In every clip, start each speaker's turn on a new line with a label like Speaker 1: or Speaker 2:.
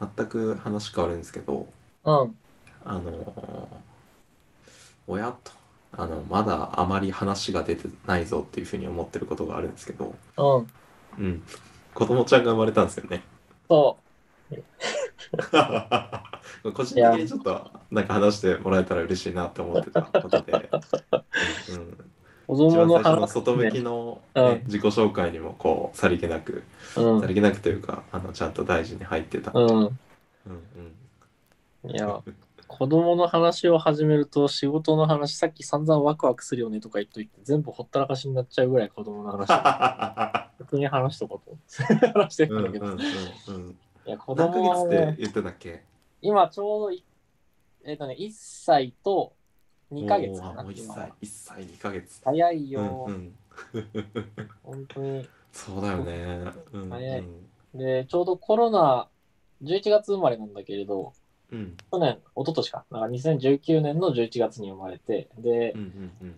Speaker 1: 全く話変わるんですけど、
Speaker 2: うん。
Speaker 1: あのー、親と、あの、まだあまり話が出てないぞっていうふうに思ってることがあるんですけど、
Speaker 2: うん。
Speaker 1: うん、子供ちゃんが生まれたんですよね。
Speaker 2: そ
Speaker 1: 個人的にちょっとなんか話してもらえたら嬉しいなって思ってたことで、うん、
Speaker 2: う。子
Speaker 1: 一
Speaker 2: 供
Speaker 1: 番
Speaker 2: の
Speaker 1: 最初の
Speaker 2: 話、
Speaker 1: 外向きの、
Speaker 2: うん
Speaker 1: ね自己紹介にもこうさりげなく、
Speaker 2: うん
Speaker 1: さ。りげなくというかあのちゃんと大事に入ってた。
Speaker 2: うん。
Speaker 1: うん
Speaker 2: いや、子供の話を始めると仕事の話、さっき散々ワクワクするよねとか言っといて、全部ほったらかしになっちゃうぐらい子供の 話、普通に話しと こうと。話して
Speaker 1: うんう
Speaker 2: る
Speaker 1: ん
Speaker 2: ん
Speaker 1: う
Speaker 2: だけど。
Speaker 1: んうん
Speaker 2: いや、子
Speaker 1: うん。何ヶ
Speaker 2: 供
Speaker 1: 月
Speaker 2: は
Speaker 1: って
Speaker 2: ね、
Speaker 1: 言ってたっけ
Speaker 2: 今ちょうどい、えっ、とね、1歳と2ヶ月
Speaker 1: おー
Speaker 2: か
Speaker 1: あ
Speaker 2: な。
Speaker 1: もう1
Speaker 2: 今
Speaker 1: 歳
Speaker 2: は、
Speaker 1: 1歳2ヶ月。
Speaker 2: 早いうよ
Speaker 1: ん、うん。
Speaker 2: 本当に。
Speaker 1: そうだよね。うん
Speaker 2: 早い
Speaker 1: うん
Speaker 2: で、ちょうどコロナ、11月生まれなんだけれど、
Speaker 1: うん
Speaker 2: 去年、一昨年か、なんか2019年の11月に生まれて、で、
Speaker 1: うんうんうん。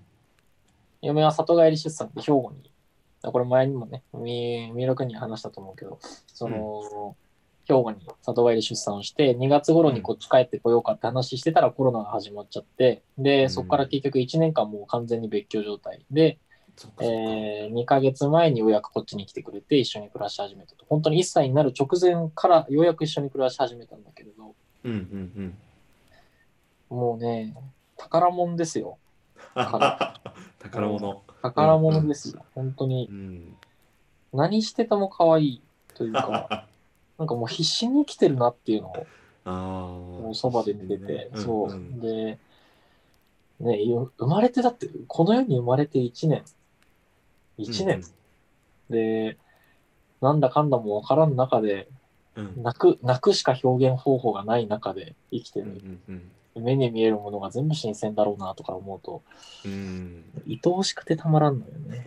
Speaker 2: 嫁は里帰り出産で兵庫に、これ前にもね、みみろくんに話したと思うけど、その、兵庫に里帰り出産をして、2月頃にこっち帰ってこようかって話してたらコロナが始まっちゃって、
Speaker 1: う
Speaker 2: で、
Speaker 1: ん
Speaker 2: そこから結局1年間もう完全に別居状態で、
Speaker 1: そっかそっか。
Speaker 2: えー、2ヶ月前にようやくこっちに来てくれて一緒に暮らし始めたと。本当に1歳になる直前からようやく一緒に暮らし始めたんだけれど、
Speaker 1: うんうん うん。
Speaker 2: もうね、宝物ですよ。
Speaker 1: 宝物。
Speaker 2: 宝物ですよ。本当に
Speaker 1: う。ん。
Speaker 2: 何してても可愛いというか、 なんかもう必死に生きてるなっていうのを、
Speaker 1: あ
Speaker 2: も
Speaker 1: あ。
Speaker 2: うそばで見てて、そ
Speaker 1: んん
Speaker 2: う。で、ね、ゆ生まれてだって、この世に生まれて1年。1年。。で、なんだかんだもわからん中で、
Speaker 1: うんうん
Speaker 2: 泣く、泣くしか表現方法がない中で生きて
Speaker 1: うん
Speaker 2: る。
Speaker 1: うん
Speaker 2: 目に見えるものが全部新鮮だろうなとか思うと、
Speaker 1: うん。うん。
Speaker 2: 愛おしくてたまらんのよね。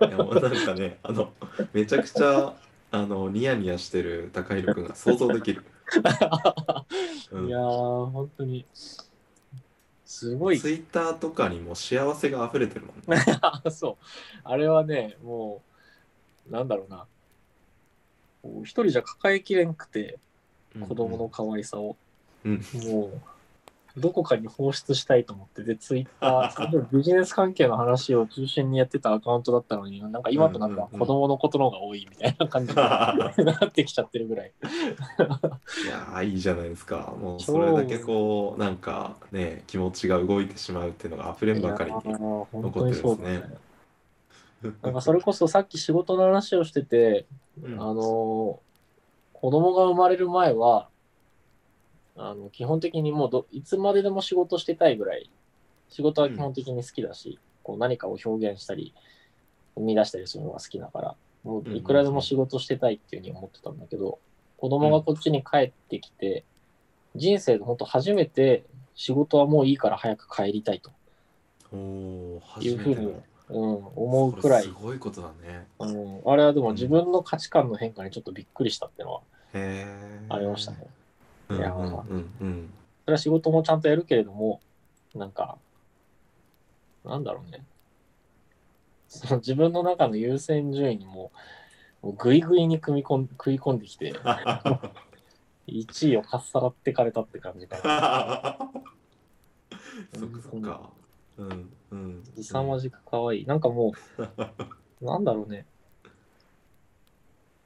Speaker 1: いやもうなんかね、あ の、めちゃくちゃ、あの、ニヤニヤしてる高弘くんが想像でき る。うん
Speaker 2: いやー、本当に、すごい
Speaker 1: ツイッターとかにも幸せが溢れてるもんね。
Speaker 2: あ そう。あれはね、もう、なんだろうな。こう一人じゃ抱えきれんくて、子供の可愛さ
Speaker 1: う
Speaker 2: を。
Speaker 1: ん
Speaker 2: もう、どこかに放出したいと思って、で、ツイッター、例えばビジネス関係の話を中心にやってたアカウントだったのに、なんか今となっては
Speaker 1: うんうんうん
Speaker 2: 子供のことの方が多いみたいな感じになってきちゃってるぐらい。
Speaker 1: いやーいいじゃないですか。もうそれだけこう、なんかね、気持ちが動いてしまうっていうのが溢れんばかりに。
Speaker 2: いやー本
Speaker 1: 残
Speaker 2: 当
Speaker 1: っ
Speaker 2: に
Speaker 1: てるんですね
Speaker 2: そうだね。 なんかそれこそさっき仕事の話をしてて、
Speaker 1: うん
Speaker 2: あのー子供が生まれる前は、あの基本的にもうどいつまででも仕事してたいぐらい、仕事は基本的に好きだし、こう何かを表現したり、生み出したりするのが好きだから、も
Speaker 1: んうん
Speaker 2: う
Speaker 1: うん
Speaker 2: いくらでも仕事してたいっていうふうに思ってたんだけど、子供がこっちに帰ってきて、人生で本当初めて仕事はもういいから早く帰りたいと、
Speaker 1: おー初
Speaker 2: いう
Speaker 1: め
Speaker 2: ふう
Speaker 1: て
Speaker 2: に
Speaker 1: の
Speaker 2: うん、思うくらい
Speaker 1: それす、ごいことだね。
Speaker 2: うん、あれはでも自分の価値観の変化にちょっとびっくりしたっていうのは
Speaker 1: へえ。
Speaker 2: ありましたね。
Speaker 1: うん
Speaker 2: いや
Speaker 1: うんうんうん。
Speaker 2: それは仕事もちゃんとやるけれども、なんか、なんだろうね。その自分の中の優先順位にも、もうぐいぐいに組み込ん食い込んできて、1位をかっさらってかれたって感じかな。
Speaker 1: そっかそっか。うんうん。
Speaker 2: 凄まじく可愛い。なんかも う、なんだろうね。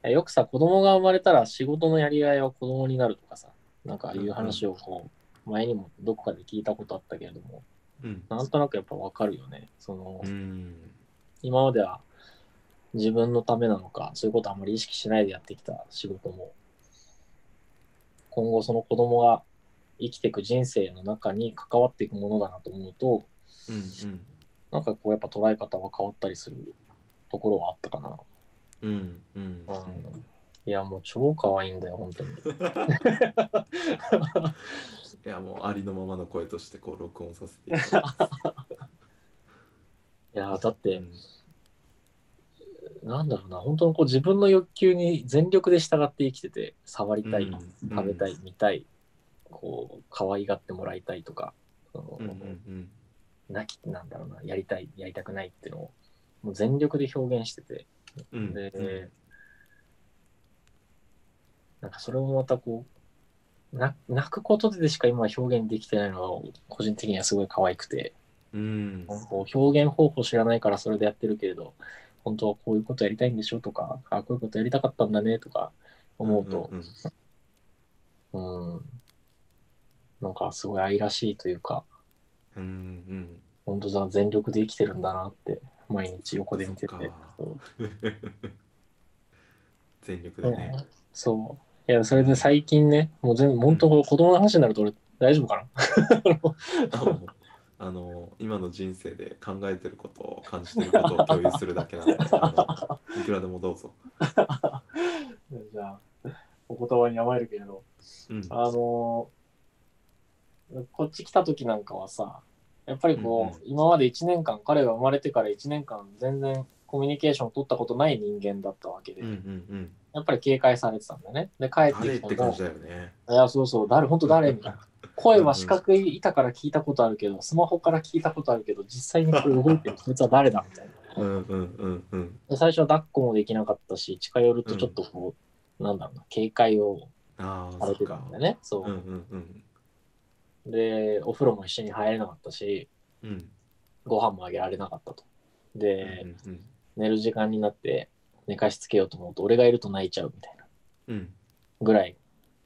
Speaker 2: よくさ、子供が生まれたら仕事のやりがいは子供になるとかさ、なんかいう話をこう、前にもどこかで聞いたことあったけれども、
Speaker 1: うん。
Speaker 2: なんとなくやっぱわかるよね。その、
Speaker 1: うん。
Speaker 2: 今までは自分のためなのか、そういうことあんまり意識しないでやってきた仕事も、今後その子供が生きていく人生の中に関わっていくものだなと思うと、
Speaker 1: うんうん。
Speaker 2: なんかこうやっぱ捉え方が変わったりするところはあったかな。
Speaker 1: うんうん。
Speaker 2: うん、いやもう超可愛いんだよ、本当に。
Speaker 1: いやもうありのままの声としてこう録音させていただい
Speaker 2: いやだってて、
Speaker 1: うん
Speaker 2: なんだろうな、本当にこう自分の欲求に全力で従って生きてて、触りたい、
Speaker 1: うん
Speaker 2: 食べたい、見たい、こう、可愛がってもらいたいとか、その
Speaker 1: うんうん
Speaker 2: 泣き、なんだろうな、やりたい、やりたくないっていうのを、もう全力で表現してて、
Speaker 1: うんうん。
Speaker 2: で、なんかそれもまたこう、な泣くことでしか今は表現できてないのが個人的にはすごい可愛くて、
Speaker 1: うん。
Speaker 2: こう表現方法知らないからそれでやってるけれど、本当はこういうことやりたいんでしょとか、あこういうことやりたかったんだねとか思うと、
Speaker 1: んんん
Speaker 2: うんなんかすごい愛らしいというか、
Speaker 1: うんうん。
Speaker 2: 本当だ、全力で生きてるんだなって、毎日横で見てて
Speaker 1: そっか。
Speaker 2: そう
Speaker 1: 全力でね。
Speaker 2: そう。いや、それで最近ね、もう全部、本当、子供の話になると俺、大丈夫かな
Speaker 1: あの あの今の人生で考えてることを感じてることを共有するだけなのであのいくらでもどうぞ。
Speaker 2: じゃあ、お言葉に甘えるけれど、
Speaker 1: うん、
Speaker 2: あのーこっち来た時なんかはさ、やっぱりこう、
Speaker 1: う
Speaker 2: 今まで1年間、彼が生まれてから1年間、全然コミュニケーションを取ったことない人間だったわけで、
Speaker 1: うんうん
Speaker 2: やっぱり警戒されてたんだね。で、帰
Speaker 1: うん。
Speaker 2: っ
Speaker 1: あ
Speaker 2: て
Speaker 1: れって
Speaker 2: きて
Speaker 1: 感
Speaker 2: も
Speaker 1: じ、だよね。
Speaker 2: いや、そうそう、誰、本当誰みたいな。声は四角い板から聞いたことあるけど、スマホから聞いたことあるけど、実際にこれ動いてる こいつは誰だみたいな。
Speaker 1: うんうんうんうん。
Speaker 2: で最初は抱っこもできなかったし、近寄るとちょっとこう、なんだろうな、警戒を
Speaker 1: ああ、
Speaker 2: さ
Speaker 1: そ
Speaker 2: れ
Speaker 1: って
Speaker 2: た
Speaker 1: か
Speaker 2: んだ。よね。そ
Speaker 1: うんうんうん。
Speaker 2: う。で、お風呂も一緒に入れなかったし、
Speaker 1: うん
Speaker 2: ご飯もあげられなかったと。
Speaker 1: うん
Speaker 2: で、
Speaker 1: うん
Speaker 2: 寝る時間になって寝かしつけようと思うと、俺がいると泣いちゃうみたいな
Speaker 1: うん。
Speaker 2: ぐらい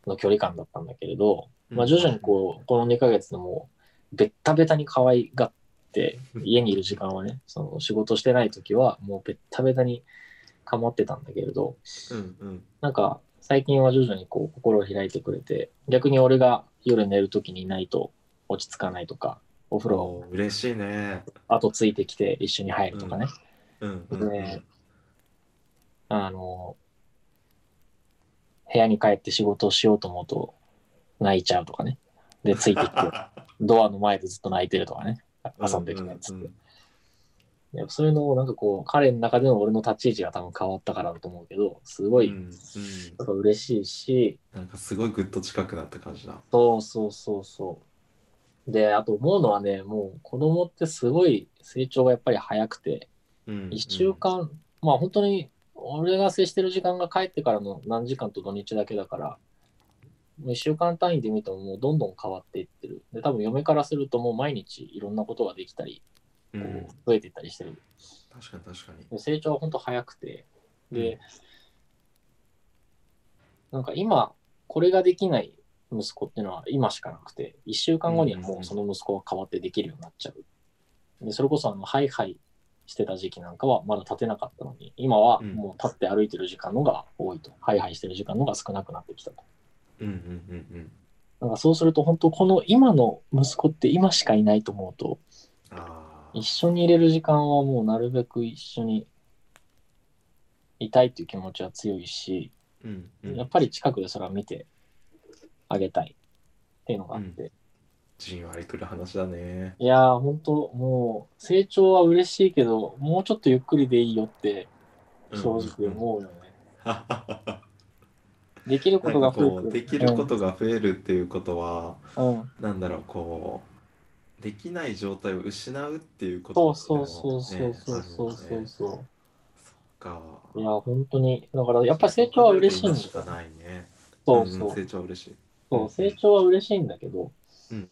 Speaker 2: の距離感だったんだけれど、
Speaker 1: うん
Speaker 2: まあ徐々にこう、この2ヶ月でもう、ベッタベタに可愛がって、家にいる時間はね、その仕事してない時は、もうベッタベタに構ってたんだけれど、
Speaker 1: うんうん
Speaker 2: なんか、最近は徐々にこう、心を開いてくれて、逆に俺が夜寝る時にいないと落ち着かないとか、お風呂
Speaker 1: おー嬉しいね。
Speaker 2: 後ついてきて一緒に入るとかね、
Speaker 1: うんうんうん
Speaker 2: ねあの、部屋に帰って仕事をしようと思うと、泣いちゃうとかね。で、ついてきて、ドアの前でずっと泣いてるとかね。遊んできたやつって。
Speaker 1: うんうん
Speaker 2: やっぱそういうのをなんかこう、彼の中での俺の立ち位置が多分変わったからだと思うけど、すごい、
Speaker 1: うん
Speaker 2: や
Speaker 1: うん
Speaker 2: っぱ嬉しいし、
Speaker 1: なんかすごいぐっと近くなった感じだ。
Speaker 2: そうそうそうそう。で、あと思うのはね、もう子供ってすごい成長がやっぱり早くて、
Speaker 1: うん
Speaker 2: 1週間、まあ本当に俺が接してる時間が帰ってからの何時間と土日だけだから、もう1週間単位で見てももうどんどん変わっていってる。で、多分嫁からするともう毎日いろんなことができたり、
Speaker 1: う
Speaker 2: こ
Speaker 1: んう
Speaker 2: うん増えていったりしてる。
Speaker 1: 確かに確かに。
Speaker 2: で成長は本当早くて。で、なんか今、これができない息子っていうのは今しかなくて、1週間後にはもうその息子が変わってできるようになっちゃう。で、それこそあの、ハイハイしてた時期なんかはまだ立てなかったのに、今はもう立って歩いてる時間の方が多いと。ハイハイしてる時間の方が少なくなってきたと。
Speaker 1: うんうんうんうん。
Speaker 2: なんかそうすると本当この今の息子って今しかいないと思うと、
Speaker 1: ああ
Speaker 2: 一。緒にいれる時間はもうなるべく一緒にいたいっていう気持ちは強いし、
Speaker 1: うんうん
Speaker 2: やっぱり近くでそれは見てあげたいっていうのがあって、
Speaker 1: じんわりくる話だね。
Speaker 2: いやー本当もう成長は嬉しいけどもうちょっとゆっくりでいいよって正直
Speaker 1: う。
Speaker 2: 思うよね、
Speaker 1: な
Speaker 2: できること
Speaker 1: ん
Speaker 2: が
Speaker 1: か
Speaker 2: 増
Speaker 1: こ
Speaker 2: え
Speaker 1: う
Speaker 2: て
Speaker 1: できることが増えるっていうことは、
Speaker 2: うん、うん
Speaker 1: なんだろうこうできない状態を失うっていうこ
Speaker 2: そ
Speaker 1: と
Speaker 2: うそうそうそうそうそう
Speaker 1: でも
Speaker 2: そう
Speaker 1: ね
Speaker 2: そ
Speaker 1: あ
Speaker 2: う、
Speaker 1: るよねそ
Speaker 2: い
Speaker 1: っ
Speaker 2: や
Speaker 1: か。
Speaker 2: ー本当にだからやっぱり成長は嬉しいんだ
Speaker 1: しかないね。
Speaker 2: そ
Speaker 1: う
Speaker 2: う
Speaker 1: ん
Speaker 2: そう
Speaker 1: 成長は嬉しい。
Speaker 2: そう成長は嬉しいんだけど
Speaker 1: うん。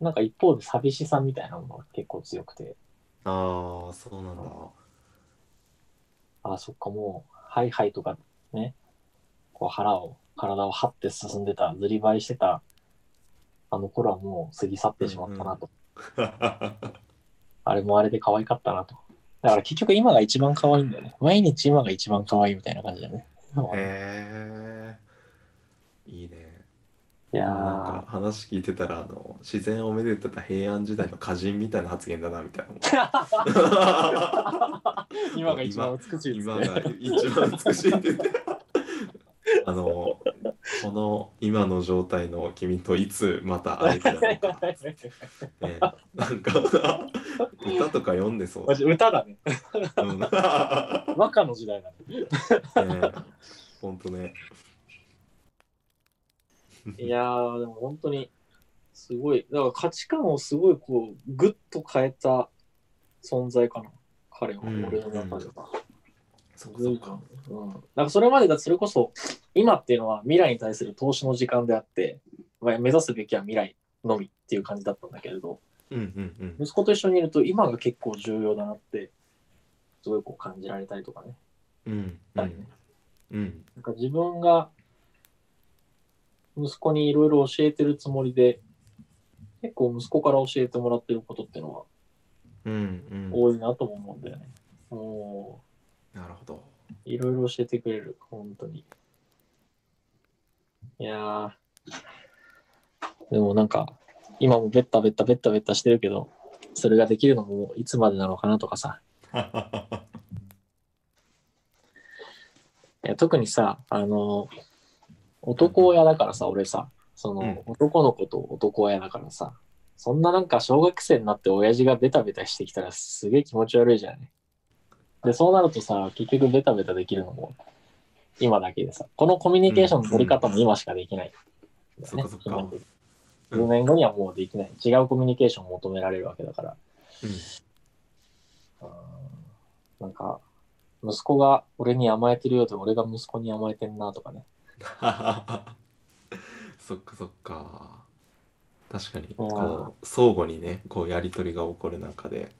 Speaker 2: なんか一方で寂しさみたいなものが結構強くて
Speaker 1: ああそうなんだ。
Speaker 2: あ、そっか、もう、ハイハイとかね、こう腹を、体を張って進んでた、ずりばいしてた、あの頃はもう過ぎ去ってしまったなと。 あれもあれで可愛かったなと。だから結局今が一番可愛いんだよね。毎日今が一番可愛いみたいな感じだよね。
Speaker 1: へえ。いいね。
Speaker 2: いや
Speaker 1: なん
Speaker 2: ー
Speaker 1: か。話聞いてたらあの自然をめでてた平安時代の歌人みたいな発言だなみたいな。
Speaker 2: 今が一番美 しいです
Speaker 1: 今
Speaker 2: ね。
Speaker 1: が一番美しいって言ってあのこの今の状態の君といつまた会えたらいいか、ね、なんか歌とか読んでそう
Speaker 2: マ、ジ歌だね。
Speaker 1: うん、ね
Speaker 2: 和歌の時代だね。
Speaker 1: ほんとね
Speaker 2: いやー、でも本当に、すごい、だから価値観をすごいこう、ぐっと変えた存在かな、彼は、
Speaker 1: うん
Speaker 2: 俺の中では。
Speaker 1: そっかそっか。
Speaker 2: うん、なんかそれまでがそれこそ今っていうのは未来に対する投資の時間であって、まあ目指すべきは未来のみっていう感じだったんだけれど
Speaker 1: うんうんうん。
Speaker 2: 息子と一緒にいると今が結構重要だなってすごいこう感じられたりとかね。
Speaker 1: うんう
Speaker 2: はい
Speaker 1: ん。うん。
Speaker 2: なんか自分が息子にいろいろ教えてるつもりで結構息子から教えてもらってることっていうのは
Speaker 1: うんうん。
Speaker 2: 多いなとも思うんだよね。も
Speaker 1: なるほど。
Speaker 2: ういろいろ教えてくれる本当に。いやーでもなんか今もベッタベッタベッタベッタしてるけどそれができるのもいつまでなのかなとかさいや特にさあの男親だからさ俺さその、
Speaker 1: うん
Speaker 2: 男の子と男親だからさそんななんか小学生になって親父がベタベタしてきたらすげえ気持ち悪いじゃんねでそうなるとさ結局ベタベタできるのも今だけでさこのコミュニケーションの取り方も今しかできない、んだよ
Speaker 1: そっ
Speaker 2: ね
Speaker 1: かそっか
Speaker 2: 今で10年後にはもうできない違うコミュニケーションを求められるわけだからうんなんか息子が俺に甘えてるようで俺が息子に甘えてんなとかね
Speaker 1: そっかそっか。確かに、
Speaker 2: うん
Speaker 1: こう、相互にね、こう、やりとりが起こる中で、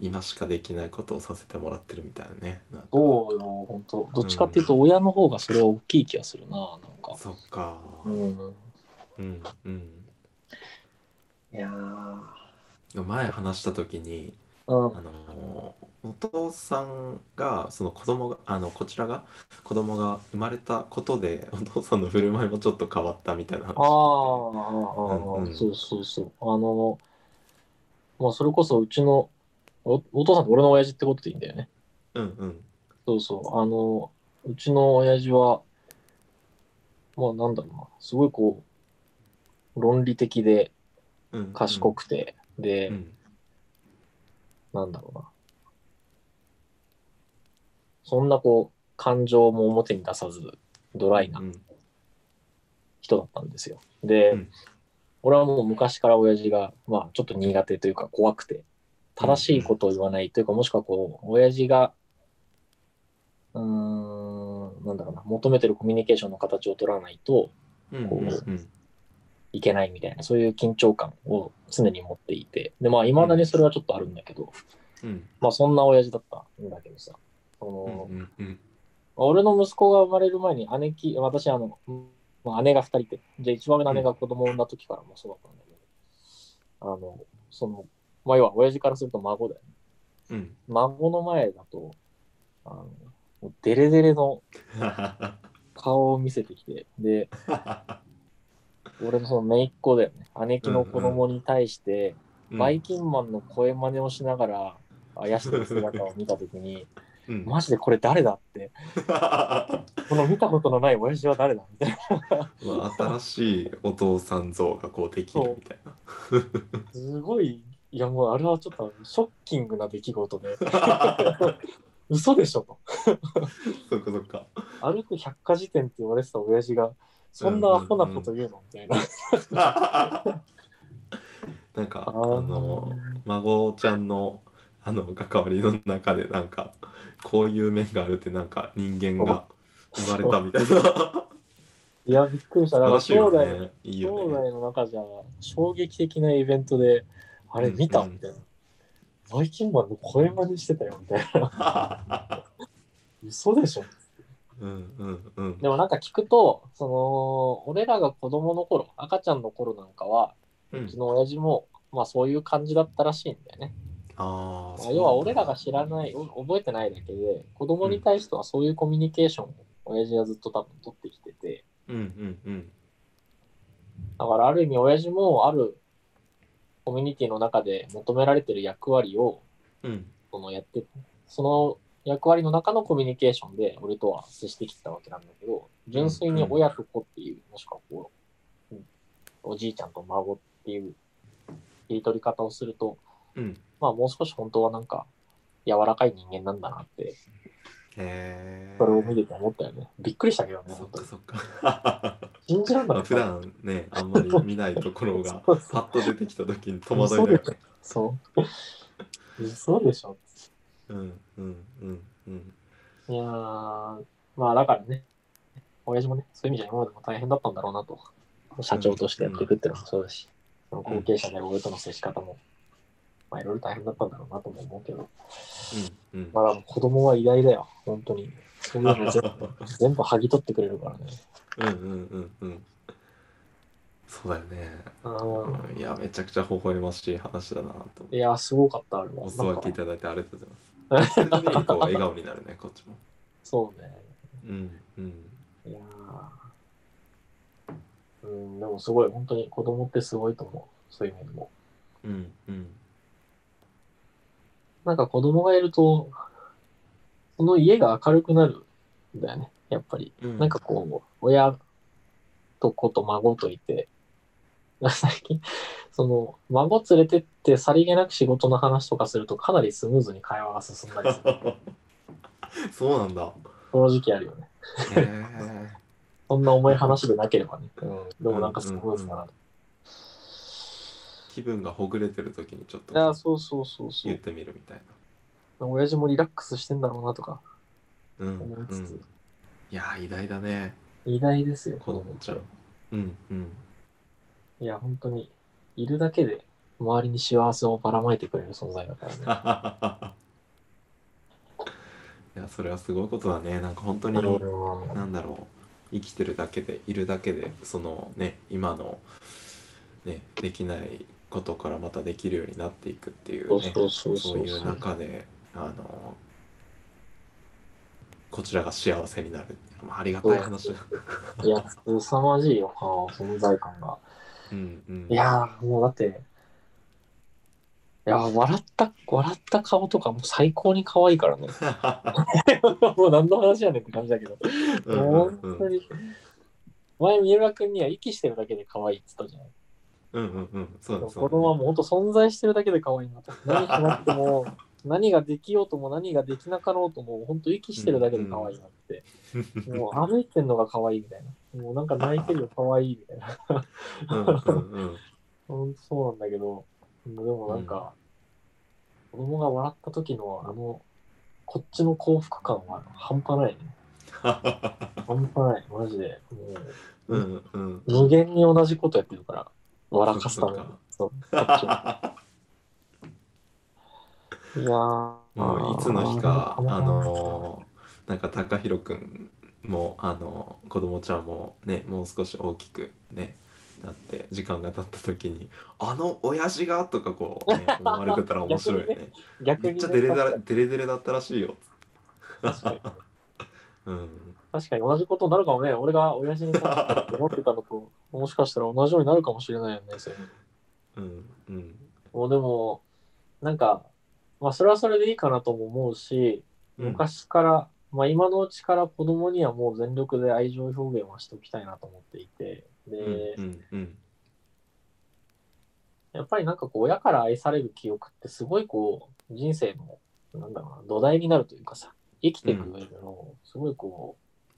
Speaker 1: 今しかできないことをさせてもらってるみたいなね。なんか
Speaker 2: そうよ、本当。どっちかっていうと、親の方がそれは大きい気がするな、なんか。
Speaker 1: そっか。
Speaker 2: うん。
Speaker 1: うんうん。
Speaker 2: いやー
Speaker 1: 前話した時に、
Speaker 2: うん。
Speaker 1: あのお父さんがその子供があのこちらが子供が生まれたことでお父さんの振る舞いもちょっと変わったみたいな話
Speaker 2: あーあー、
Speaker 1: うんうん
Speaker 2: そうそうそう。あの、まあ、それこそ、うちのお、お父さんと俺の親父ってことでいいんだよね。
Speaker 1: うんうん
Speaker 2: そうそう。あの、うちの親父は、まあ、なんだろうな、すごいこう、論理的で、
Speaker 1: うんうん
Speaker 2: 賢くて、で、
Speaker 1: うん
Speaker 2: なんだろうな。そんなこう、感情も表に出さず、ドライな
Speaker 1: うん
Speaker 2: 人だったんですよ。で、
Speaker 1: うん
Speaker 2: 俺はもう昔から親父が、まあ、ちょっと苦手というか怖くて、正しいことを言わないというか、もしくはこう、親父が、うーん、なんだろうな、求めてるコミュニケーションの形を取らないと
Speaker 1: うん
Speaker 2: こう
Speaker 1: うん
Speaker 2: いけないみたいな、そういう緊張感を常に持っていて、で、まあ、未だにそれはちょっとあるんだけど、
Speaker 1: うん
Speaker 2: まあ、そんな親父だったんだけどさ、その、
Speaker 1: うんうん
Speaker 2: 俺の息子が生まれる前に姉貴、私、あの、まあ、姉が2人いて、じゃあ一番上の姉が子供を産んだ時からもそうだったんだけど、あの、その、まあ、要は親父からすると孫だよね。
Speaker 1: うん
Speaker 2: 孫の前だと、あの、もうデレデレの顔を見せてきて、で、俺のその姪っ子だよね。姉貴の子供に対して、バイキンマンの声真似をしながら、あやしてる姿を見たときに、
Speaker 1: うん
Speaker 2: マジでこれ誰だって、この見たことのない親父は誰だみたいな。
Speaker 1: まあ新しいお父さん像がこうできるみたいな
Speaker 2: すごい、いやもうあれはちょっとショッキングな出来事 で、嘘でしょと。
Speaker 1: そっかそっか
Speaker 2: 歩く百科事典って言われてた親父が、そんなアホなこと言うのみたいな。
Speaker 1: なんかあ
Speaker 2: あー
Speaker 1: の孫ちゃんのあの関わりの中でなんかこういう面があるってなんか人間が生まれたみたい な
Speaker 2: いや、びっくりした。なん
Speaker 1: ら
Speaker 2: か
Speaker 1: しいよ
Speaker 2: 将来、
Speaker 1: ねいい
Speaker 2: 兄
Speaker 1: よね
Speaker 2: 弟の中じゃ衝撃的なイベントで、あれ
Speaker 1: うん
Speaker 2: 見た
Speaker 1: うん
Speaker 2: みたいな。バイキンマンの声真似してたよみたいな。嘘でしょ
Speaker 1: うんうんうん
Speaker 2: でもなんか聞くと、その、俺らが子供の頃、赤ちゃんの頃なんかは、
Speaker 1: う
Speaker 2: うんちの親父も、まあそういう感じだったらしいんだよね。
Speaker 1: あ
Speaker 2: ま
Speaker 1: あ
Speaker 2: あ、要は俺らが知らない、お覚えてないだけで、子供に対してはそういうコミュニケーションを親父はずっと多分取ってきてて、
Speaker 1: うんうんうん
Speaker 2: だからある意味親父もあるコミュニティの中で求められてる役割を
Speaker 1: うん
Speaker 2: そのやって、その役割の中のコミュニケーションで俺とは接してきてたわけなんだけど、純粋に親と子っていう、もしくはこう、うんおじいちゃんと孫っていう切り取り方をすると、
Speaker 1: うん
Speaker 2: まあもう少し本当はなんか柔らかい人間なんだなって
Speaker 1: へえ
Speaker 2: それを見てて思ったよね。びっくりしたけどね、
Speaker 1: そっ
Speaker 2: 本当
Speaker 1: か
Speaker 2: に。
Speaker 1: そっか
Speaker 2: 信じらんな
Speaker 1: ま
Speaker 2: か
Speaker 1: あ
Speaker 2: っ
Speaker 1: 普
Speaker 2: た。
Speaker 1: 段ねあんまり見ないところが
Speaker 2: そうそ
Speaker 1: パ
Speaker 2: う
Speaker 1: ッと出てきた時に戸惑いだよね
Speaker 2: そう。嘘でしょ。
Speaker 1: うんうんうんうん
Speaker 2: いやー、まあだからね、親父もね、そういう意味じゃ今までも大変だったんだろうなと。社長としてやっていくっていうのもそうだし、その後継者で俺との接し方も、まあいろいろ大変だったんだろうなとも思うけど、
Speaker 1: うんうん
Speaker 2: まあでも子供は偉大だよ、本当に。そういうの全部全部剥ぎ取ってくれるか らね。
Speaker 1: うんうんうんうんそうだよね、
Speaker 2: う
Speaker 1: いやめちゃくちゃ微笑ましい話だなと
Speaker 2: ん。いや、すごかった、あれは。
Speaker 1: お裾
Speaker 2: なん
Speaker 1: 分
Speaker 2: か
Speaker 1: けいただいてありがとうございますそれなりにこう笑顔にな るねこっちも
Speaker 2: そうね。
Speaker 1: うんうん
Speaker 2: いやーうん、でもすごい、本当に子供ってすごいと思う。そういう面でも。
Speaker 1: うんうん
Speaker 2: なんか子供がいると、その家が明るくなるんだよね、やっぱり。
Speaker 1: うん
Speaker 2: なんかこう、親と子と孫といて、最近、その、孫連れてってさりげなく仕事の話とかするとかなりスムーズに会話が進んだ りする。
Speaker 1: そうなんだ。
Speaker 2: 正直あるよね。
Speaker 1: へえ。
Speaker 2: そんな重い話でなければね。うん。でもなんかスムーズだな。
Speaker 1: 気分がほぐれてる時にちょっと
Speaker 2: いや、そうそうそうそ
Speaker 1: 言っ
Speaker 2: う。
Speaker 1: てみるみたい
Speaker 2: 親父もリラックスしてんだろうなとか、
Speaker 1: な。うん、
Speaker 2: 思いうつつ
Speaker 1: ん。いや、偉大だね、
Speaker 2: 偉大ですよ、
Speaker 1: 子供ちゃん。うんうん。
Speaker 2: いや、本当に、いるだけで周りに幸せをばらまいてくれる存在だからね。
Speaker 1: いや、それはすごいことだね。なんか本当
Speaker 2: う
Speaker 1: に、
Speaker 2: ん
Speaker 1: なんだろう、生きてるだけで、いるだけで、そのね、今の、ね、できないことからまたできるようになっていくっていう、
Speaker 2: そ
Speaker 1: ね。
Speaker 2: うそうそう
Speaker 1: そ
Speaker 2: そうう
Speaker 1: い
Speaker 2: そうう。
Speaker 1: 中で、あの、こちらが幸せになる。まあ、ありがたい話だ。
Speaker 2: いや、凄まじいよ、あの存在感が。
Speaker 1: うんうん。
Speaker 2: いやー、もうだって、いやー、笑った、笑った顔とかもう最高に可愛いからね。 もう何の話やねんって感じだけど。
Speaker 1: うん
Speaker 2: も
Speaker 1: うん
Speaker 2: う
Speaker 1: うん
Speaker 2: 本当に。前、三浦君には息してるだけで可愛いって言ったじゃない。
Speaker 1: うんうんうん。そうだ
Speaker 2: 子
Speaker 1: そうだ
Speaker 2: 供はもう本当存在してるだけで可愛い なと。何しなくても、何ができようとも何ができなかろうとも、本当息してるだけで可愛いなって。もう歩いてんのが可愛いみたいな。もうなんか泣いてるよ、可愛いみたいな。
Speaker 1: うんうんうん。
Speaker 2: 本当そうなんだけど、でもなんか、子供が笑った時のあの、こっちの幸福感は半端ないね。半端ない、マジで。も
Speaker 1: うんうん。
Speaker 2: う無限に同じことやってるから、笑かすために
Speaker 1: そっか。
Speaker 2: そうこっちもいやー
Speaker 1: もういつの日か、
Speaker 2: ー
Speaker 1: あのーなんか高弘くんも、あのー子供ちゃんもね、もう少し大きくね、なって、時間が経った時に、あの親父がとかこう、ね、思われてたら面白いよね。
Speaker 2: 逆
Speaker 1: め
Speaker 2: に
Speaker 1: っ
Speaker 2: ね、
Speaker 1: ちゃデレだらデレデレだったらしいよ。
Speaker 2: 確か に
Speaker 1: うん。
Speaker 2: 確かに同じことになるかもね。俺が親父にさっきから思ってたのと、もしかしたら同じようになるかもしれないよね。それ
Speaker 1: うん。うん。
Speaker 2: もうでも、なんか、まあそれはそれでいいかなとも思うし、
Speaker 1: うん。
Speaker 2: 昔から、まあ今のうちから子供にはもう全力で愛情表現はしておきたいなと思っていて、で、
Speaker 1: うん。うん。
Speaker 2: やっぱりなんかこう親から愛される記憶ってすごいこう人生のなんだろうな土台になるというかさ生きていく上でのすごいこ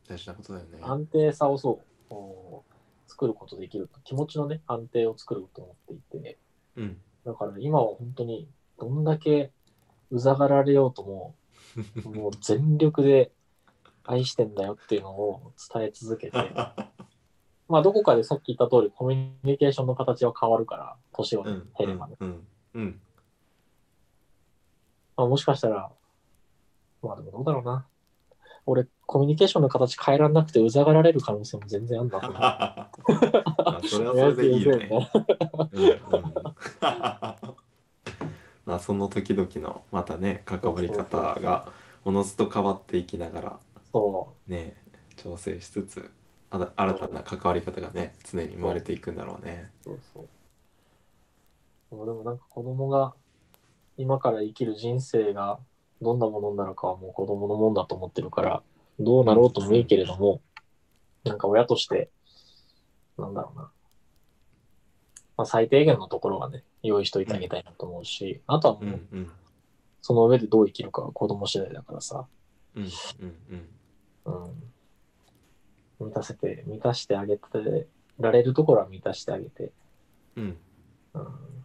Speaker 1: 大事なことだよね
Speaker 2: う。安定さをそうこう作ることできる気持ちのね安定を作ると思っていて
Speaker 1: うん。
Speaker 2: だから今は本当にどんだけうざがられようとももう全力で愛してんだよっていうのを伝え続けて まあどこかでさっき言った通りコミュニケーションの形は変わるから年を
Speaker 1: う
Speaker 2: ね
Speaker 1: ん。
Speaker 2: 経ればね
Speaker 1: うん。うん。
Speaker 2: まあ、もしかしたら、まあでもどうだろうな。俺、コミュニケーションの形変えられなくてうざがられる可能性も全然あるんだと思う。
Speaker 1: あ それはそれでいいよね。うんうんまあその時々のまたね関わり方がおのずと変わっていきながら
Speaker 2: そ
Speaker 1: ね調整しつつあだ新たな関わり方がね常に生まれていくんだろうね。
Speaker 2: うそうそう。でもなんか子供が今から生きる人生がどんなものになるかはもう子供のもんだと思ってるから、どうなろうともいいけれども、なんか親として、なんだろうな。まあ最低限のところはね、用意しといてあげたいなと思うし、あとはも
Speaker 1: う
Speaker 2: うん
Speaker 1: うん
Speaker 2: その上でどう生きるかは子供次第だからさ、
Speaker 1: うんうんうん
Speaker 2: うん、満たせて、満たしてあげてられるところは満たしてあげて、
Speaker 1: うん
Speaker 2: うん、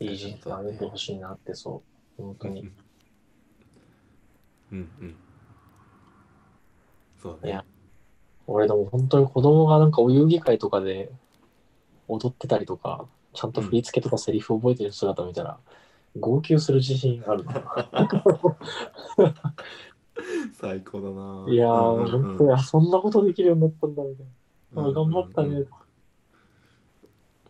Speaker 2: いい人生を歩んでほしいなって、そう、本当に。
Speaker 1: うんうん。そうだ
Speaker 2: い
Speaker 1: ね
Speaker 2: や。俺でも本当に子供がなんかお遊戯会とかで踊ってたりとか、ちゃんと振り付けとかセリフ覚えてる姿見たら、号泣する自信あるな。
Speaker 1: 最高だな。
Speaker 2: いや
Speaker 1: うん
Speaker 2: ー、
Speaker 1: うん
Speaker 2: 本当にあそんなことできるようになったんだみたいな。あ頑張った
Speaker 1: うんうん
Speaker 2: ね
Speaker 1: うん。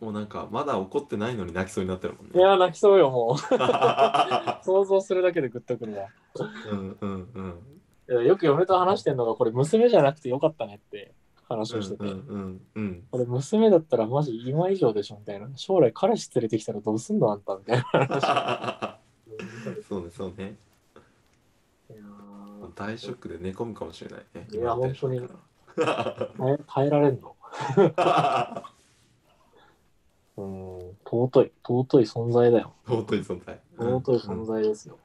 Speaker 1: もうなんか、まだ怒ってないのに泣きそうになってるもんね。
Speaker 2: いやー、泣きそうよ、もう。
Speaker 1: う
Speaker 2: 想像するだけでグッとくるわ。
Speaker 1: んうんうん。
Speaker 2: いやよく嫁と話してんのが、これ娘じゃなくてよかったねって話
Speaker 1: う
Speaker 2: を
Speaker 1: ん
Speaker 2: してて。
Speaker 1: うんうん
Speaker 2: 俺娘だったらマジ今以上でしょみたいな。将来彼氏連れてきたらどうすんのあんたみたいな。
Speaker 1: うん。そうね、そうね。
Speaker 2: いや
Speaker 1: 大ショックで寝込むかもしれないね。
Speaker 2: いや本当に
Speaker 1: 今のテンションだから。
Speaker 2: ー耐え耐えられんのうん、尊い、尊い存在だよ。
Speaker 1: 尊い存在。
Speaker 2: 尊い存在ですよ。